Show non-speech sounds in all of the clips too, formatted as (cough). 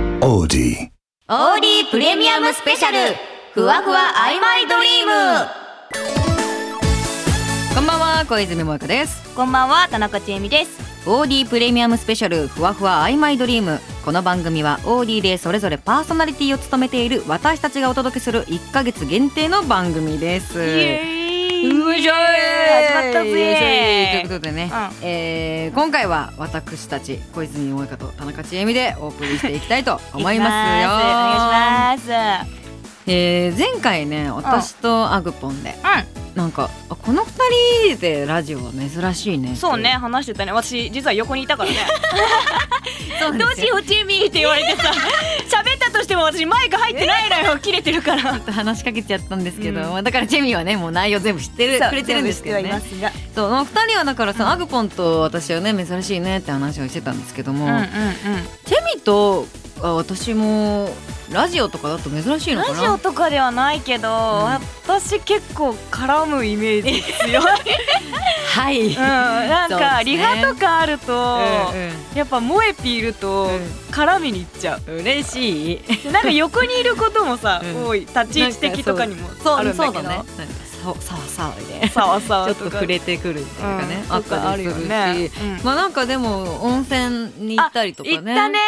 オーデ OD ィプレミアムスペシャルふわふわ曖昧ドリームこんばんは小泉萌香ですこんばんは田中千恵美ですオーディプレミアムスペシャルふわふわ曖昧ドリームこの番組はオーディでそれぞれパーソナリティを務めている私たちがお届けする1ヶ月限定の番組ですイーういしょい始まったぜよいしょいということでね、うえー今回は私たち小泉萌香と田中千恵美でお送りしていきたいと思いますよお願いしますえー前回ね私とアグポンで、なんかあこの二人でラジオは珍しいねっていそうね話してたね私実は横にいたからね (laughs) そうなんですよどうしようチェミーって言われて (laughs) さ喋ったとしても私マイク入ってないのよ切れてるからちょっと話しかけちゃったんですけど、うんまあだからチェミはねもう内容全部知ってるくれてるんですけどそうね全部知ってはいますそうまあ二人はだからさ、アグポンと私はね珍しいねって話をしてたんですけども、がチェミとあ私もラジオとかだと珍しいのかラなジオとかではないけど、私結構絡むイメージ強い、はい、うん、なんか、そうですねリハとかあると、うやっぱ萌えピいるとうん絡みに行っちゃう、んうん、嬉しいなんか横にいることもさ、うん多い立ち位置的とかにもそあるうんそだうけだどねなんかさわさわでちさわさわょっととか触れてくるっていうかね、うんあったりするしとかあるよねうんまあなんかでも温泉に行ったりとかね行ったね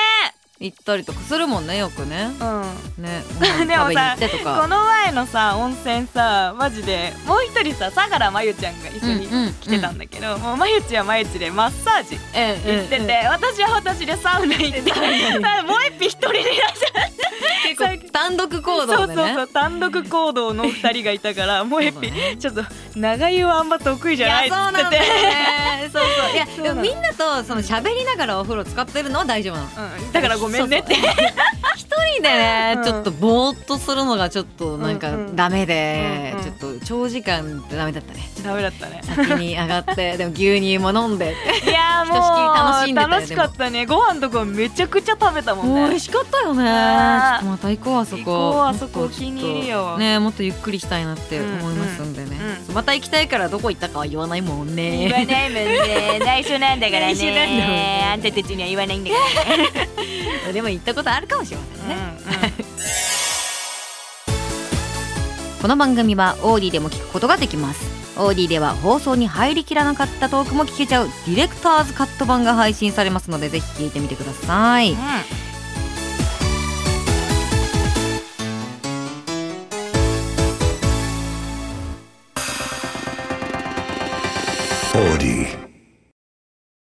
行ったりとかするもんねよくねうんね、 (laughs) で食べにもさ行ってとこか。の前のさ温泉さマジでもう一人さ相良真由ちゃんが一緒にうんうん来てたんだけど、もう真由ちは真由ちでマッサージ行ってて、私は私でサウナ行って、 (laughs) もう一匹一人でいらっしゃる結構単独行そ動うそでうねそう。単独行動の二人がい (laughs) たからもう一そうだ匹ちょっと長湯はあんま得意じいゃやないっそうなんつっだてよて。ね。そうそう。い (laughs) やうでもなのみんなとその喋りながらお風呂使ってるのは大丈夫なの。うん、だからごめんねってそうそう。一人でねうんちょっとぼーっとするのがちょっとなんかうんうんダメでうんうんちょっと長時間ダメだったね。ダメだったね先に上が (laughs) ってでも牛乳も飲んで。いやーひとしきり楽しんでたよでももう楽しかったねご飯とかめちゃくちゃ食べたもんもう美ね (laughs) 味しかったよね。ちょっあーとまた行こうあそこ。行こうあそこもっとちょっとお気に入りよねもっとゆっくりしたいなって思いますんでねうんうん。また行きたいからどこ行ったかは言わないもん言わね。ない (laughs) もんね内緒なんだから内緒なんだもんねねあんたたちには言わないんだから (laughs) でも行ったことあるかもしれませんね。この番組はオーディでも聞くことができますオーディでは放送に入りきらなかったトークも聞けちゃうディレクターズカット版が配信されますのでぜひ聞いてみてください、う